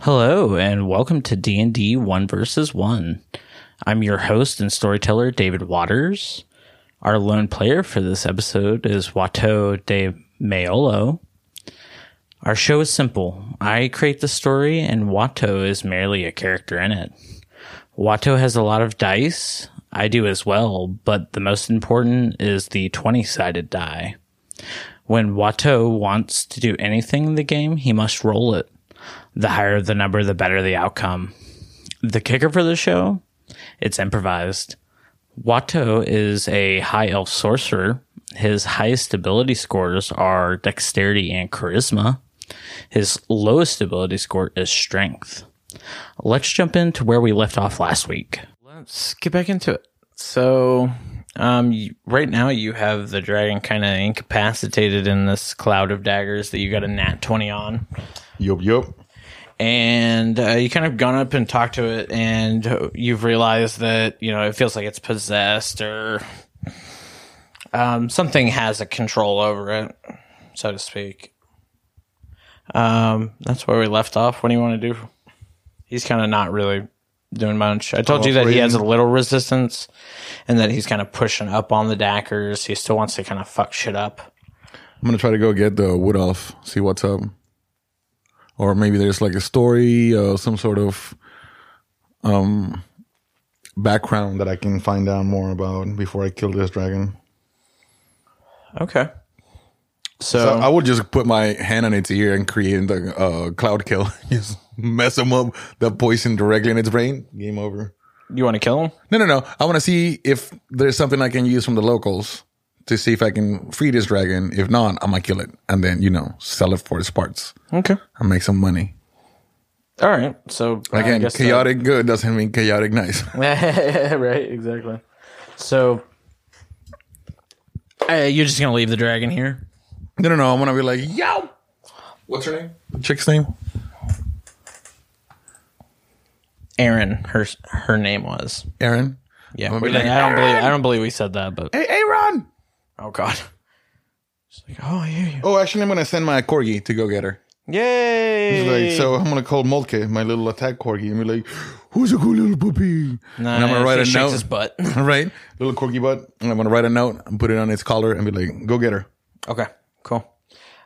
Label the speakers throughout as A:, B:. A: Hello and welcome to D&D 1 versus 1. I'm your host and storyteller David Waters. Our lone player for this episode is Watteau de Maiolo. Our show is simple. I create the story and Watteau is merely a character in it. Watto has a lot of dice. I do as well, but the most important is the 20 sided die. When Watto wants to do anything in the game, he must roll it. The higher the number, the better the outcome. The kicker for the show? It's improvised. Watto is a high elf sorcerer. His highest ability scores are dexterity and charisma. His lowest ability score is strength let's jump into where we left off last week.
B: let's get back into it. So, um, you, right now you have the dragon kind of incapacitated in this cloud of daggers that you got a nat 20 on.
C: Yup, yup.
B: And uh, you kind of gone up and talked to it, and you've realized that, you know, it feels like it's possessed or um, something has a control over it, so to speak. Um, that's where we left off. What do you want to do? He's kind of not really doing much. I told you that he has a little resistance and that he's kind of pushing up on the dackers. He still wants to kind of fuck shit up.
C: I'm gonna try to go get the wood off, see what's up, or maybe there's like a story, uh, some sort of um background that I can find out more about before I kill this dragon.
B: Okay.
C: So
B: So,
C: I would just put my hand on its ear and create the uh, cloud kill, just mess him up, the poison directly in its brain. Game over.
B: you want to kill him?
C: No, no, no. I want to see if there's something I can use from the locals to see if I can free this dragon. If not, I'm gonna kill it and then you know sell it for its parts
B: Okay.
C: and make some money.
B: All right. So uh, I
C: Again,
B: guess the-
C: chaotic good doesn't mean chaotic nice.
B: right, exactly. So, uh, you're just gonna leave the dragon here?
C: no, no, no. I'm gonna be like, yo. What's her name? Chick's name?
B: Aaron, her her name was.
C: Aaron.
B: Yeah,
C: I'm
B: we
C: gonna be
B: didn't-
C: like,
B: I don't believe I don't believe we said that, but
C: Hey, Aaron.
B: oh god. She's like, oh, I hear you.
C: Oh, actually, I'm gonna send my corgi to go get her. He's
B: Yay!
C: Like, so I'm gonna call Moltke, my little attack corgi, and be like, "Who's a cool little puppy?"
B: Nice.
C: And I'm gonna write
B: He
C: a
B: shakes
C: note.
B: his butt.
C: right? Little corgi butt. And I'm gonna write a note and put it on its collar and be like, "Go get her."
B: okay, cool.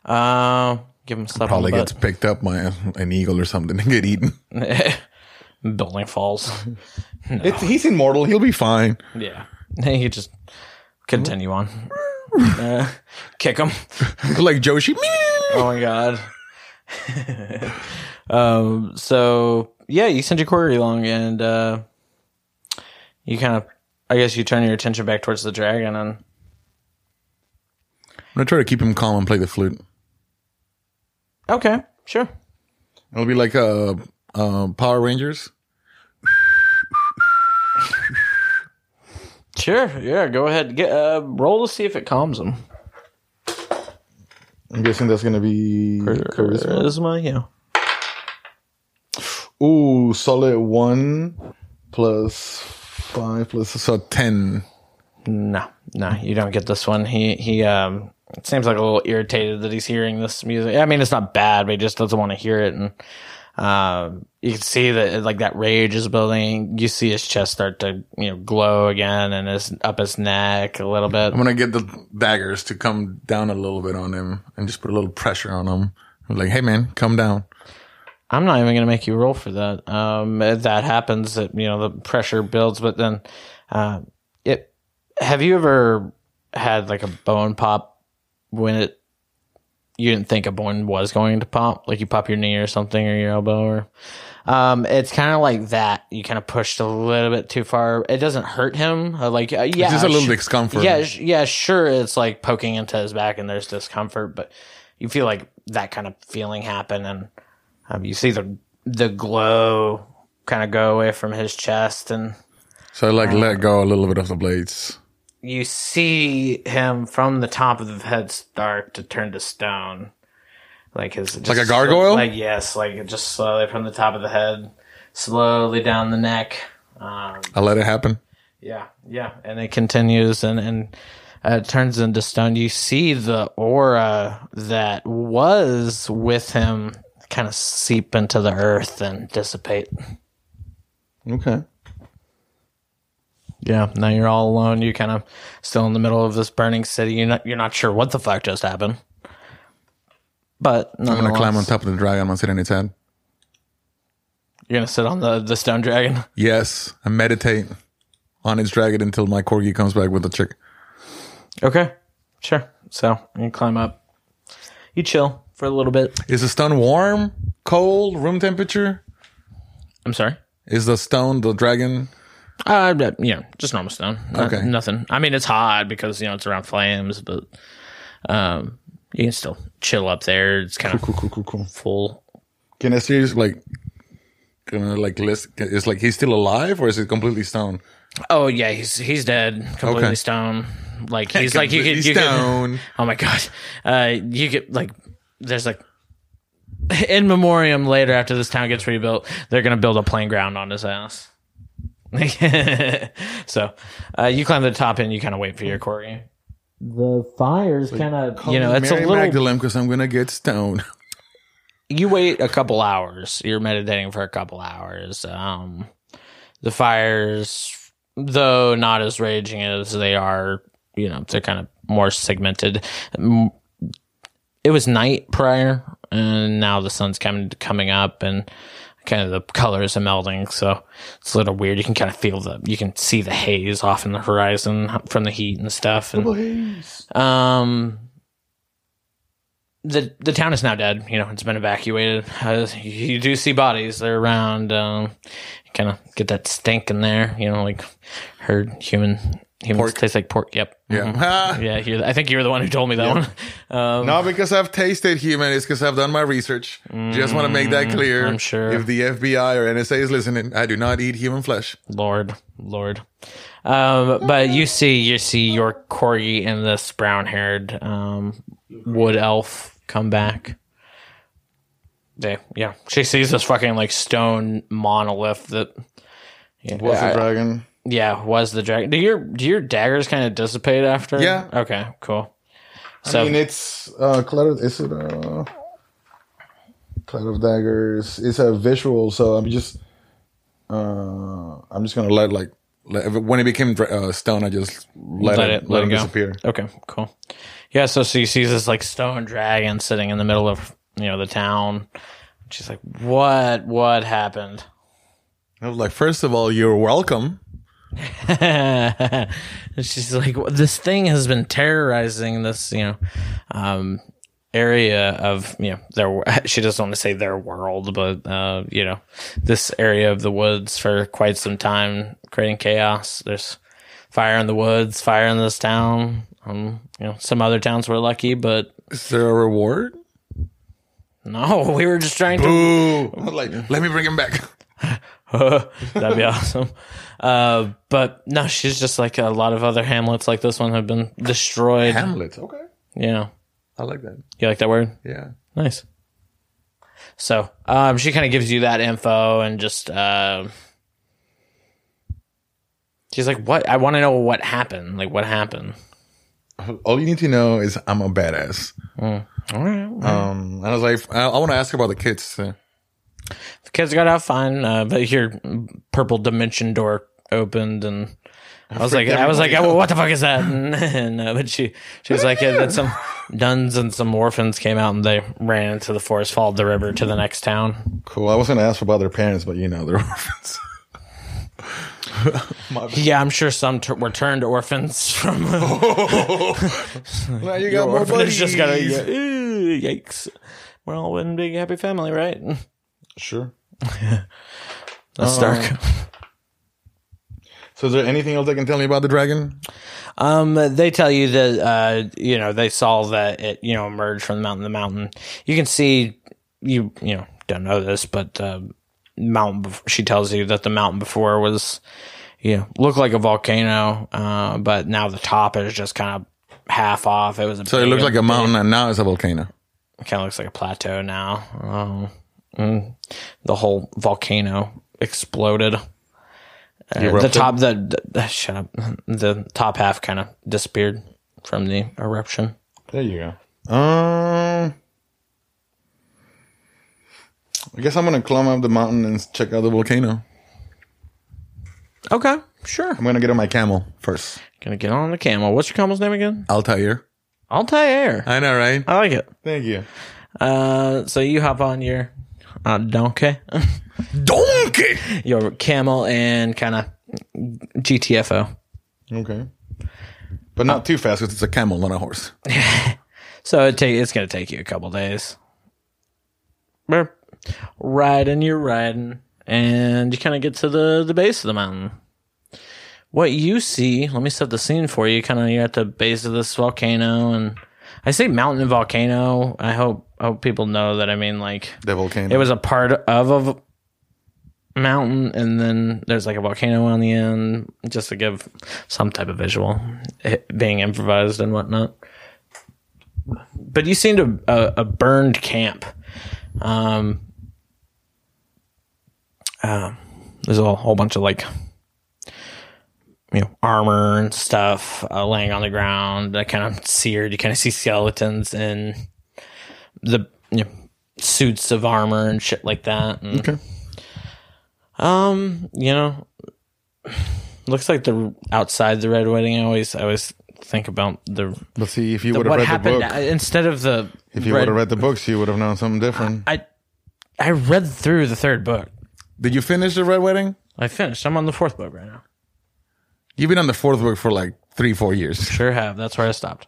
B: Uh, give him a slap on the
C: Probably gets
B: butt.
C: picked up by an eagle or something and get eaten.
B: Building falls.
C: It's, he's immortal. He'll be fine.
B: yeah, you just continue on. Uh, kick him.
C: like Joshi.
B: Oh my god. um. So yeah, you send your query along, and uh, you kind of, I guess, you turn your attention back towards the dragon, and
C: I'm gonna try to keep him calm and play the flute.
B: okay, sure.
C: It'll be like uh, uh Power Rangers.
B: Sure, yeah. Go ahead. Get uh, roll to see if it calms him.
C: I'm guessing that's gonna be
B: Charisma, yeah.
C: Ooh, solid one plus five plus so ten.
B: No, no, you don't get this one. He he um it seems like a little irritated that he's hearing this music. I mean, it's not bad, but he just doesn't want to hear it and um you can see that like that rage is building. You see his chest start to, you know, glow again and his up his neck a little bit.
C: I'm gonna get the daggers to come down a little bit on him and just put a little pressure on him. I'm like, hey man, come down.
B: I'm not even going to make you roll for that. Um if that happens that you know the pressure builds but then uh it have you ever had like a bone pop when it you didn't think a bone was going to pop, like you pop your knee or something or your elbow or um it's kind of like that. You kind of pushed a little bit too far. It doesn't hurt him. Uh, Like uh, yeah,
C: It's just a little
B: sure-
C: discomfort.
B: Yeah, sh- yeah, sure it's like poking into his back and there's discomfort, but you feel like that kind of feeling happen and um, you see the the glow kind of go away from his chest and
C: So I like let go a little bit of the blades.
B: you see him from the top of the head start to turn to stone, like his just
C: Like a gargoyle?
B: Like yes, like just slowly from the top of the head, slowly down the neck. Um,
C: I let it happen.
B: yeah, yeah, and it continues and and uh, turns into stone. You see the aura that was with him kind of seep into the earth and dissipate.
C: Okay.
B: Yeah, now you're all alone. You're kind of still in the middle of this burning city. You're not you're not sure what the fuck just happened. But
C: I'm gonna climb on
B: nonetheless,
C: top of the dragon. I'm gonna sit on its head.
B: You're gonna sit on the the stone dragon.
C: Yes, I meditate on its dragon until my corgi comes back with a chick.
B: Okay, sure. So you climb up. You chill for a little bit.
C: Is the stone warm, cold, room temperature?
B: I'm sorry.
C: Is the stone the dragon?
B: Uh, but, you know, just normal stone. Not-
C: Okay.
B: nothing. I mean, it's hot because you know it's around flames, but um, you can still chill up there. It's kind of
C: Cool, cool, cool, cool.
B: full.
C: Can I see his, like, gonna like list? It's like he's still alive, or is it completely stone?
B: Oh yeah, he's he's dead, completely
C: Okay.
B: stone. Like he's like you could
C: Completely
B: you could,
C: stone.
B: Oh my god, uh, you get like there's like in memoriam later after this town gets rebuilt, they're gonna build a playing ground on his ass. so uh, you climb to the top and you kind of wait for your corgi. The fire's kind of you know it's a
C: Mary
B: little.
C: Magdalene, because I'm gonna get stoned.
B: you wait a couple hours. You're meditating for a couple hours. Um, the fires, though not as raging as they are, you know, they're kind of more segmented. Mm, It was night prior, and now the sun's coming coming up, and kind of the colors are melding. So it's a little weird. You can kind of feel the, you can see the haze off in the horizon from the heat and stuff. And um, the the town is now dead. You know, it's been evacuated. Uh, you do see bodies; they're around. Um, kind of get that stink in there. You know, like heard human humans
C: Pork.
B: taste like pork. Yep.
C: Yeah.
B: Mhm.
C: Ha!
B: Yeah, you're, I think you were the one who told me that one. Um,
C: Not because I've tasted human, it's because I've done my research. Just want to make that clear.
B: Mm, I'm sure.
C: If the FBI or NSA is listening, I do not eat human flesh.
B: Lord, Lord. Um, but you see, you see your corgi and this brown-haired um, wood elf come back. They, yeah, she sees this fucking like stone monolith that. Yeah, I-
C: dragon?
B: yeah, was the dragon. Do your do your daggers kind of dissipate after?
C: Yeah.
B: Okay. Cool. So
C: it's uh, cloud. Is it uh, cloud of daggers? It's a visual, so I'm just, uh, I'm just gonna let like let, when it became dra- uh, stone, I just let,
B: Let
C: it,
B: it-
C: let,
B: let
C: it
B: it go.
C: disappear.
B: Okay, cool. Yeah, so she sees this like stone dragon sitting in the middle of you know the town. She's like, "What? What happened?"
C: I was like, first of all, you're welcome.
B: and she's like, "Well, "This thing has been terrorizing this, you know, um, area of you know their." wo- She doesn't want to say their world, but uh, you know, this area of the woods for quite some time, creating chaos. There's fire in the woods, fire in this town. Um, you know, some other towns were lucky, but
C: Is there a reward?
B: no, we were just trying to
C: Ooh, I was like, let me bring him back.
B: That'd be awesome. Uh, but no, she's just like a lot of other hamlets like this one have been destroyed.
C: Hamlet. Okay,
B: you know,
C: I like that.
B: you like that word?
C: Yeah.
B: Nice. So um, she kind of gives you that info and just uh, she's like, "What? I want to know what happened. Like, what happened?"
C: All you need to know is I'm a badass.
B: Mm. All right.
C: Um, and I was like, I, I want to ask about the kids. Uh,
B: The kids got out fine, uh, but your purple dimension door opened, and I was like,
C: freaked
B: I was like,
C: everybody
B: "Oh, what the fuck is that? And, and, uh, but she, she was like, yeah, that some duns and some orphans came out and they ran into the forest, followed the river to the next town.
C: cool. I was going to ask about their parents, but you know, they're orphans.
B: Yeah, I'm sure some tur were turned orphans from
C: now you got more
B: orphanage.
C: buddies.
B: Just gotta, yeah, ooh, yikes. We're all one big happy family, right?
C: Sure.
B: That's dark.
C: So, is there anything else they can tell me about the dragon?
B: Um, they tell you that uh, you know they saw that it you know emerged from the mountain. The mountain you can see you you know don't know this, but uh, mountain. Bef- she tells you that the mountain before was you know looked like a volcano, uh, but now the top is just kind of half off. It was a
C: So, it looks like a mountain and now it's a volcano.
B: kind of looks like a plateau now. Um, mm, the whole volcano exploded. Uh, the
C: Erupted?
B: top, the, the- shut up. The top half kind of disappeared from the eruption.
C: There you go. Um, I guess I'm gonna climb up the mountain and check out the volcano.
B: Okay, sure.
C: I'm gonna get on my camel first.
B: Gonna get on the camel. What's your camel's name again?
C: Altair.
B: Altair.
C: I know, right?
B: I like it.
C: Thank you.
B: Uh, so you hop on your uh, donkey,
C: Donkey.
B: your camel, and kind of GTFO.
C: Okay. But not too fast because it's a camel, not a horse.
B: So it take it's gonna take you a couple days. We're riding, you're riding, and you kind of get to the the base of the mountain. What you see, let me set the scene for you. Kind of you're at the base of this volcano, and I say mountain and volcano. I hope I hope people know that. I mean, like
C: The volcano.
B: it was a part of a v- mountain, and then there's like a volcano on the end, just to give some type of visual, it being improvised and whatnot. But you seem to a, a burned camp. Um, uh, there's a whole bunch of like you know armor and stuff uh, laying on the ground that kind of seared. You kind of see skeletons and the you know, suits of armor and shit like that. And,
C: Okay.
B: Um, you know, looks like the outside the red wedding. I always, I always think about the
C: But see, if you
B: the-
C: would have
B: what
C: read the
B: happened
C: book,
B: uh, instead of the.
C: if you would have read the books, you would have known something different.
B: I I read through the third book.
C: Did you finish the Red Wedding?
B: I finished. I'm on the fourth book right now.
C: You've been on the fourth book for like three, four years.
B: Sure have. That's where I stopped.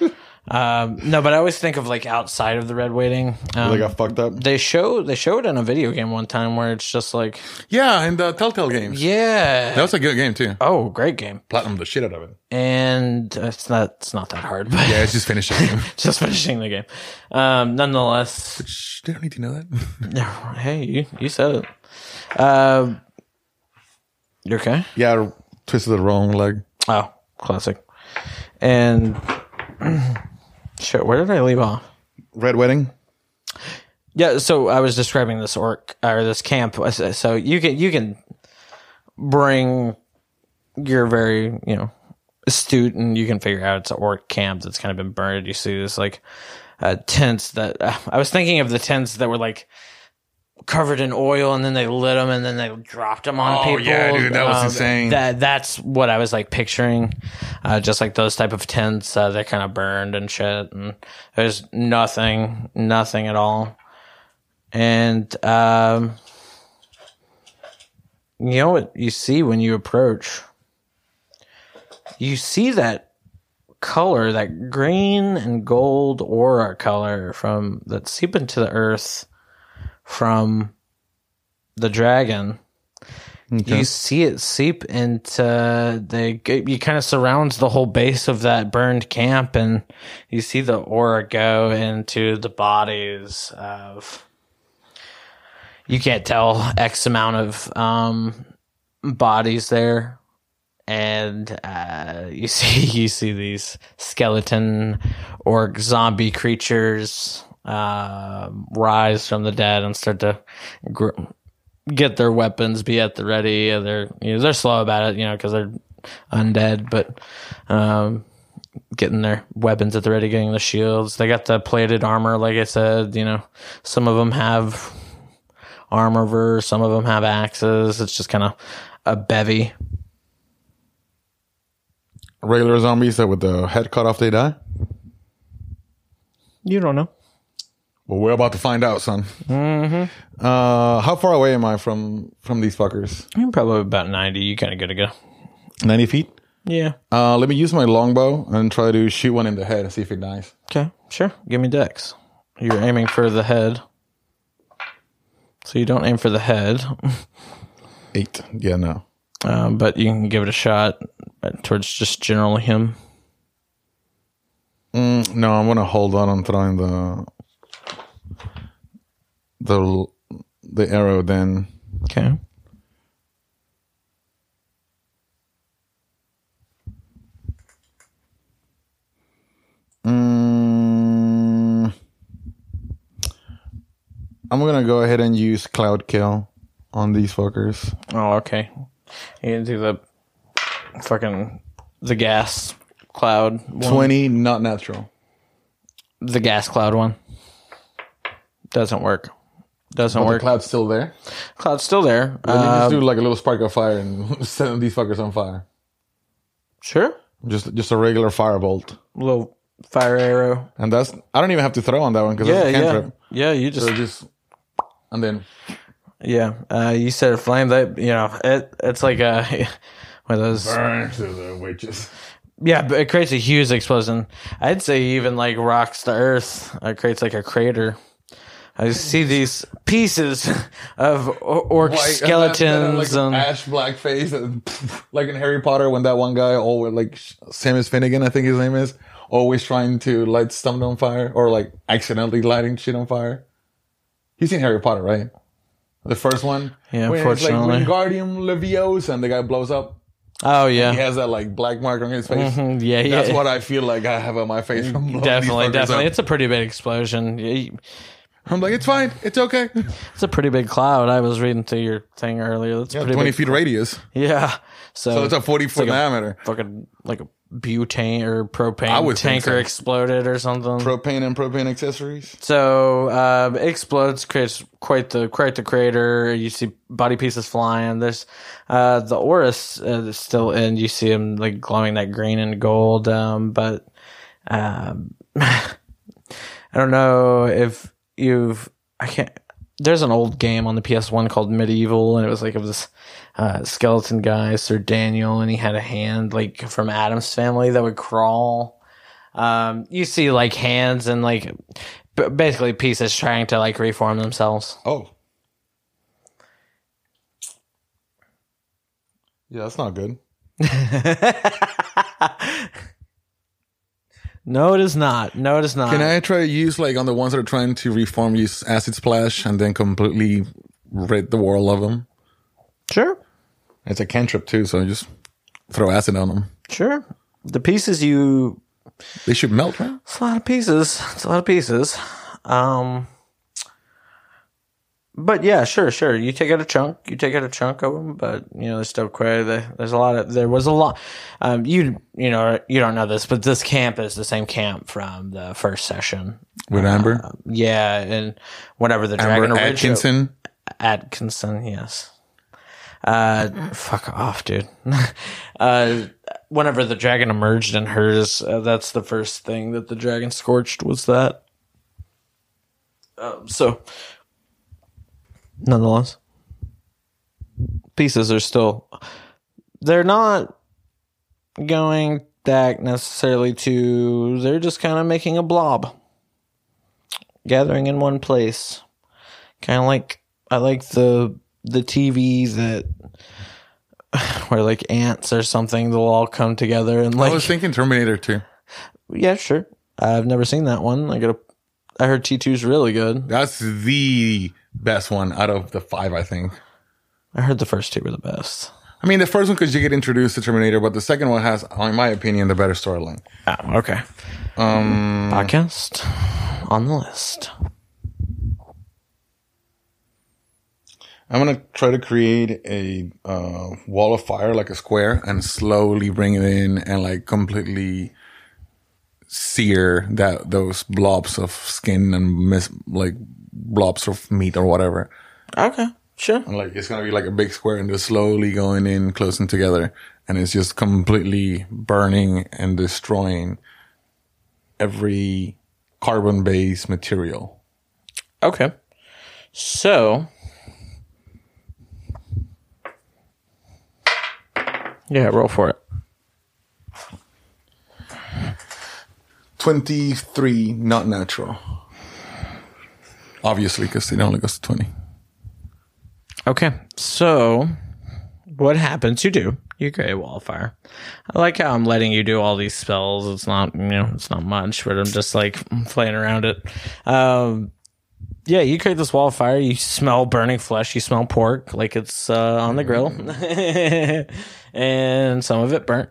B: um, no, but I always think of like outside of the red wedding. Um,
C: they got fucked up.
B: they show they showed in a video game one time where it's just like
C: Yeah, in the Telltale games.
B: yeah
C: That was a good game too.
B: oh great game
C: Platinum the shit out of it.
B: and it's not it's not that hard but
C: Yeah, it's just finished the game.
B: just finishing the game. Um, nonetheless,
C: Shh, they don't need to know that.
B: hey, you, you said it. Um, you okay?
C: yeah, I twisted the wrong leg.
B: Oh, classic. And shit, where did I leave off?
C: Red Wedding.
B: Yeah, so I was describing this orc or this camp. So you can you can bring your very you know astute and you can figure out it's an orc camp that's kind of been burned. You see this like uh, tents that uh, I was thinking of the tents that were like covered in oil and then they lit them and then they dropped them on
C: Oh,
B: people. Um,
C: yeah, dude, that was insane.
B: That that's what I was like picturing, uh, just like those type of tents uh, that kind of burned and shit. And there's nothing, nothing at all. And um, you know what you see when you approach? You see that color, that green and gold aura color from that seep into the earth from the dragon. You see it seep into the. You kind of surrounds the whole base of that burned camp, and you see the aura go into the bodies of. You can't tell X amount of um, bodies there, and uh, you see you see these skeleton or zombie creatures uh, rise from the dead and start to. Gr- get their weapons, be at the ready. uh, They're you know, they're slow about it, you know, because they're undead, but um, getting their weapons at the ready, getting the shields. They got the plated armor, like I said. You know, some of them have armor, ver- some of them have axes. It's just kind of a bevy.
C: Regular zombies that with the head cut off, they die.
B: You don't know.
C: Well, we're about to find out, son. Mm-hmm. Uh, how far away am I from from these fuckers?
B: You're probably about ninety. You kind of got to go.
C: Ninety feet.
B: Yeah.
C: Uh, let me use my longbow and try to shoot one in the head and see if it dies.
B: Okay. Sure. Give me dex. You're aiming for the head. So you don't aim for the head.
C: Eight. Yeah, no.
B: Um, but you can give it a shot towards just generally him.
C: Mm, no, I'm gonna hold on. I'm throwing the the the arrow. Then
B: Okay.
C: mm, I'm gonna go ahead and use cloud kill on these fuckers.
B: Oh, okay. You can do the fucking the gas cloud one.
C: Twenty, not natural.
B: The gas cloud one doesn't work. Doesn't
C: But the
B: work.
C: cloud's still there.
B: Cloud's still there.
C: Let me
B: Uh,
C: just do like a little spark of fire and set these fuckers on fire.
B: sure.
C: Just just a regular firebolt.
B: little fire arrow.
C: And that's I don't even have to throw on that one because
B: Yeah,
C: that's a
B: yeah,
C: cantrip.
B: yeah. You just
C: So just and then
B: yeah. Uh, you said a flame. That you know, it, it's like a one of those.
C: burn to the witches.
B: Yeah, but it creates a huge explosion. I'd say even like rocks to earth. It creates like a crater. I see these pieces of or- orc
C: uh,
B: skeletons and,
C: and ash black face, and like in Harry Potter when that one guy, always like Samus Finnegan, I think his name is, always trying to light stuff on fire or like accidentally lighting shit on fire. He's seen Harry Potter, right? The first one,
B: Yeah,
C: When it's like
B: unfortunately.
C: Wingardium Leviosa, and the guy blows up.
B: oh yeah,
C: He has that like black mark on his face.
B: Mhm, yeah, yeah. Mm,
C: That's what I feel like I have on my face. From blowing these
B: definitely,
C: fuckers
B: definitely.
C: up.
B: It's a pretty big explosion. Y-
C: I'm like, it's fine, it's okay.
B: It's a pretty big cloud. I was reading through your thing earlier. That's pretty
C: Twenty
B: big.
C: feet radius,
B: Yeah, so,
C: so it's a forty foot
B: like a-
C: diameter.
B: fucking like a butane or propane
C: I would think
B: tanker
C: so.
B: exploded or something.
C: propane and propane accessories.
B: So uh, it explodes, creates quite the quite the crater. You see body pieces flying. There's uh, the Oris uh, is still in. You see him like glowing that green and gold. Um, but um, I don't know if you've. I can't. There's an old game on the PS1 called Medieval, and it was like it was this uh, skeleton guy, Sir Daniel, and he had a hand like from Adam's family that would crawl um, you see like hands and like b- basically pieces trying to like reform themselves.
C: Oh. Yeah, that's not good.
B: No, it is not. No, it is not.
C: Can I try to use like on the ones that are trying to reform, use acid splash and then completely rid the world of them?
B: Sure,
C: It's a cantrip too, so just throw acid on them.
B: sure. The pieces you.
C: They should melt, right?
B: It's a lot of pieces. It's a lot of pieces. Um. But yeah, sure, sure. You take out a chunk. You take out a chunk of them, but you know there's still quite. there- There's a lot of. There was a lot. Um, you you know you don't know this, but this camp is the same camp from the first session.
C: With Amber,
B: Yeah, and whatever the
C: Amber
B: dragon original-
C: Atkinson.
B: Atkinson, yes. Uh, fuck off, dude. uh, whenever the dragon emerged in hers, uh, that's the first thing that the dragon scorched was that. Um, so, nonetheless, pieces are still. They're not going back necessarily to. They're just kind of making a blob, gathering in one place kind of like I like the the TV that where like ants or something they'll all come together and
C: I
B: like
C: was thinking Terminator too.
B: yeah sure I've never seen that one I gotta I heard T 2s really good
C: That's the best one out of the five, I think.
B: I heard the first two were the best
C: I mean, the first one because you get introduced to Terminator, but the second one has, in my opinion, the better storyline.
B: oh, okay um podcast on the list
C: I'm gonna try to create a uh, wall of fire, like a square, and slowly bring it in and like completely sear that those blobs of skin and mis- like blobs of meat or whatever.
B: okay sure
C: And like it's gonna be like a big square and just slowly going in, closing together, and it's just completely burning and destroying every carbon-based material.
B: okay so yeah roll for it
C: Twenty-three, not natural. Obviously, because it only goes to twenty.
B: Okay, so what happens? You do you create a wall of fire. I like how I'm letting you do all these spells. It's not you know it's not much, but I'm just like playing around it. Um, yeah, you create this wall of fire. You smell burning flesh. You smell pork like it's uh, on the grill, and some of it burnt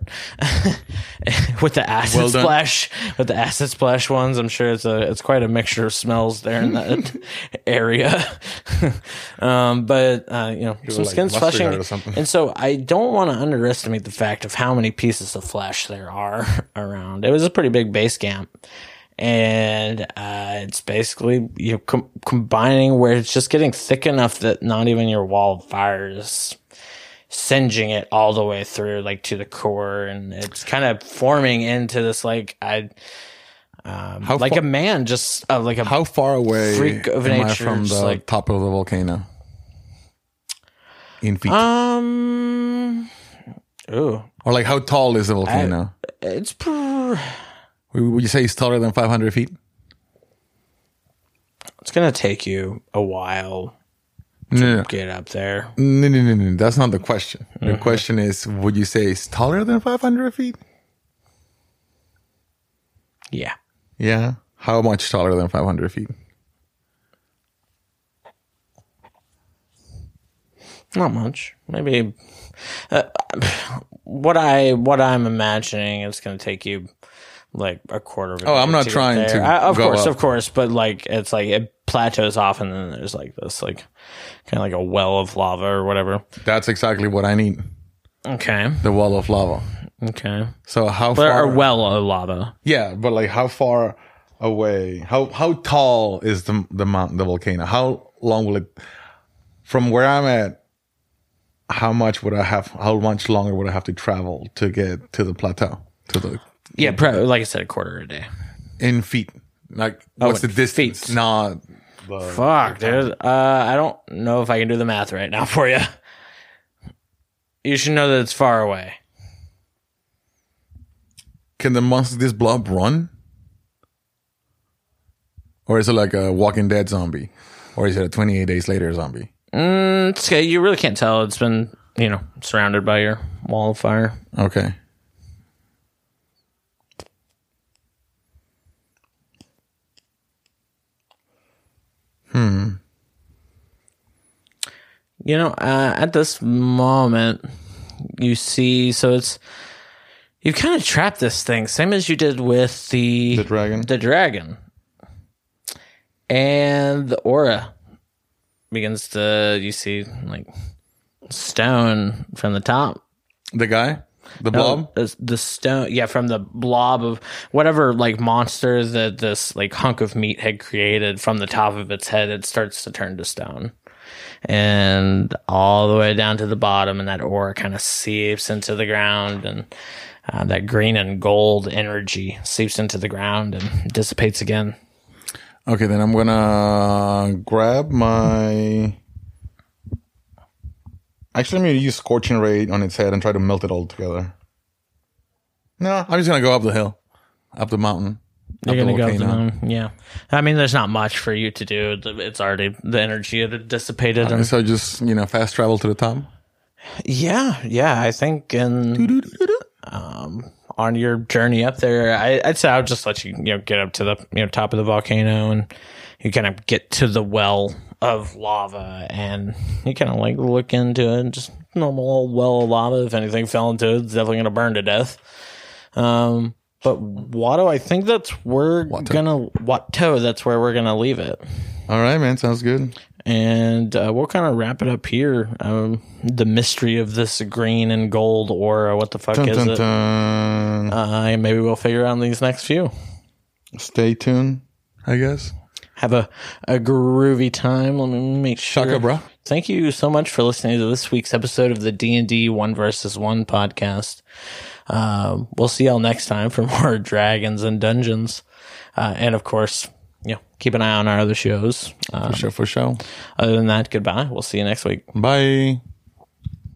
B: with the acid
C: Well done.
B: splash. With the acid splash ones, I'm sure it's a it's quite a mixture of smells there in that area. um, but uh, you know, some
C: like
B: skin's
C: mustard
B: fleshing,
C: or something.
B: and so I don't want to underestimate the fact of how many pieces of flesh there are around. It was a pretty big base camp, and uh, it's basically you know, com- combining where it's just getting thick enough that not even your wall of fire is singeing it all the way through like to the core and it's kind of forming into this like i um,
C: How
B: like
C: fa-
B: a man just uh, like a
C: How far away
B: Freak of
C: am I
B: nature,
C: from
B: just
C: the
B: like-
C: top of the volcano? In feet,
B: um ooh
C: or like how tall is the volcano?
B: it's pr-
C: Would would you say it's taller than 500 feet?
B: it's gonna take you a while
C: No, no,
B: to get up there
C: no, no, no, no. That's not the question. The question is, would you say it's taller than 500 feet?
B: yeah
C: Yeah. How much taller than 500 feet?
B: not much maybe uh, what i what i'm imagining it's going to take you like a quarter of a
C: Oh, I'm
B: day
C: not
B: get
C: trying
B: there.
C: to
B: I, of
C: go
B: course
C: up.
B: of course but like it's like it plateaus off and then there's like this like kind of like a well of lava or whatever
C: That's exactly what I need.
B: okay
C: The wall of lava.
B: okay
C: So how
B: or,
C: far?
B: or well of lava
C: yeah, but like how far away? How how tall is the the mountain, the volcano? How long will it? From where I'm at, how much would I have? How much longer would I have to travel to get to the plateau? To the
B: yeah probably, like i said a quarter a day
C: in feet, like what's the
B: Oh, in
C: distance?
B: feet.
C: Not
B: Fuck, dude. Uh, I don't know if I can do the math right now for you. You should know that it's far away.
C: can the monster this blob run? Or is it like a Walking Dead zombie? Or is it a 28 days later zombie?
B: Mm, it's okay. You really can't tell. It's been, you know, surrounded by your wall of fire.
C: Okay.
B: You know, uh, at this moment, you see, so it's, you've kind of trapped this thing, same as you did with the,
C: The dragon?
B: The dragon. And the aura begins to, you see, like, stone from the top
C: The guy? The
B: No,
C: blob?
B: Oh, the, the stone, yeah, from the blob of whatever like monster that this like hunk of meat had created from the top of its head, it starts to turn to stone, and all the way down to the bottom, and that ore kind of seeps into the ground, and uh, that green and gold energy seeps into the ground and dissipates again.
C: Okay, then I'm gonna grab my. Actually, I'm gonna use Scorching Ray on its head and try to melt it all together. No, I'm just gonna go up the hill, up the mountain.
B: You're
C: the
B: gonna go up uh, the
C: volcano.
B: mountain, yeah. I mean, there's not much for you to do. It's already the energy had dissipated, and
C: So just, you know, fast travel to the top.
B: Yeah, yeah. I think in um, on your journey up there, I, I'd say I'll just let you you know get up to the you know top of the volcano and you kind of get to the well of lava and you kind of like look into it. and Just normal old well of lava. If anything fell into it, it's definitely gonna burn to death. Um, but Watto, I think that's where we're gonna Watto. That's where we're gonna leave it
C: All right, man, sounds good.
B: and uh, we'll kind of wrap it up here. Um, the mystery of this green and gold aura. What the fuck
C: Dun,
B: is
C: dun,
B: it?
C: dun.
B: Uh, maybe we'll figure out in these next few.
C: Stay tuned, I guess.
B: Have a, a groovy time. Let me make sure.
C: Shaka, bro.
B: Thank you so much for listening to this week's episode of the D and D One versus One podcast. Um, we'll see y'all next time for more dragons and dungeons, uh, and of course, you know, keep an eye on our other shows. Uh,
C: For sure, for sure.
B: other than that, goodbye. We'll see you next week.
C: Bye.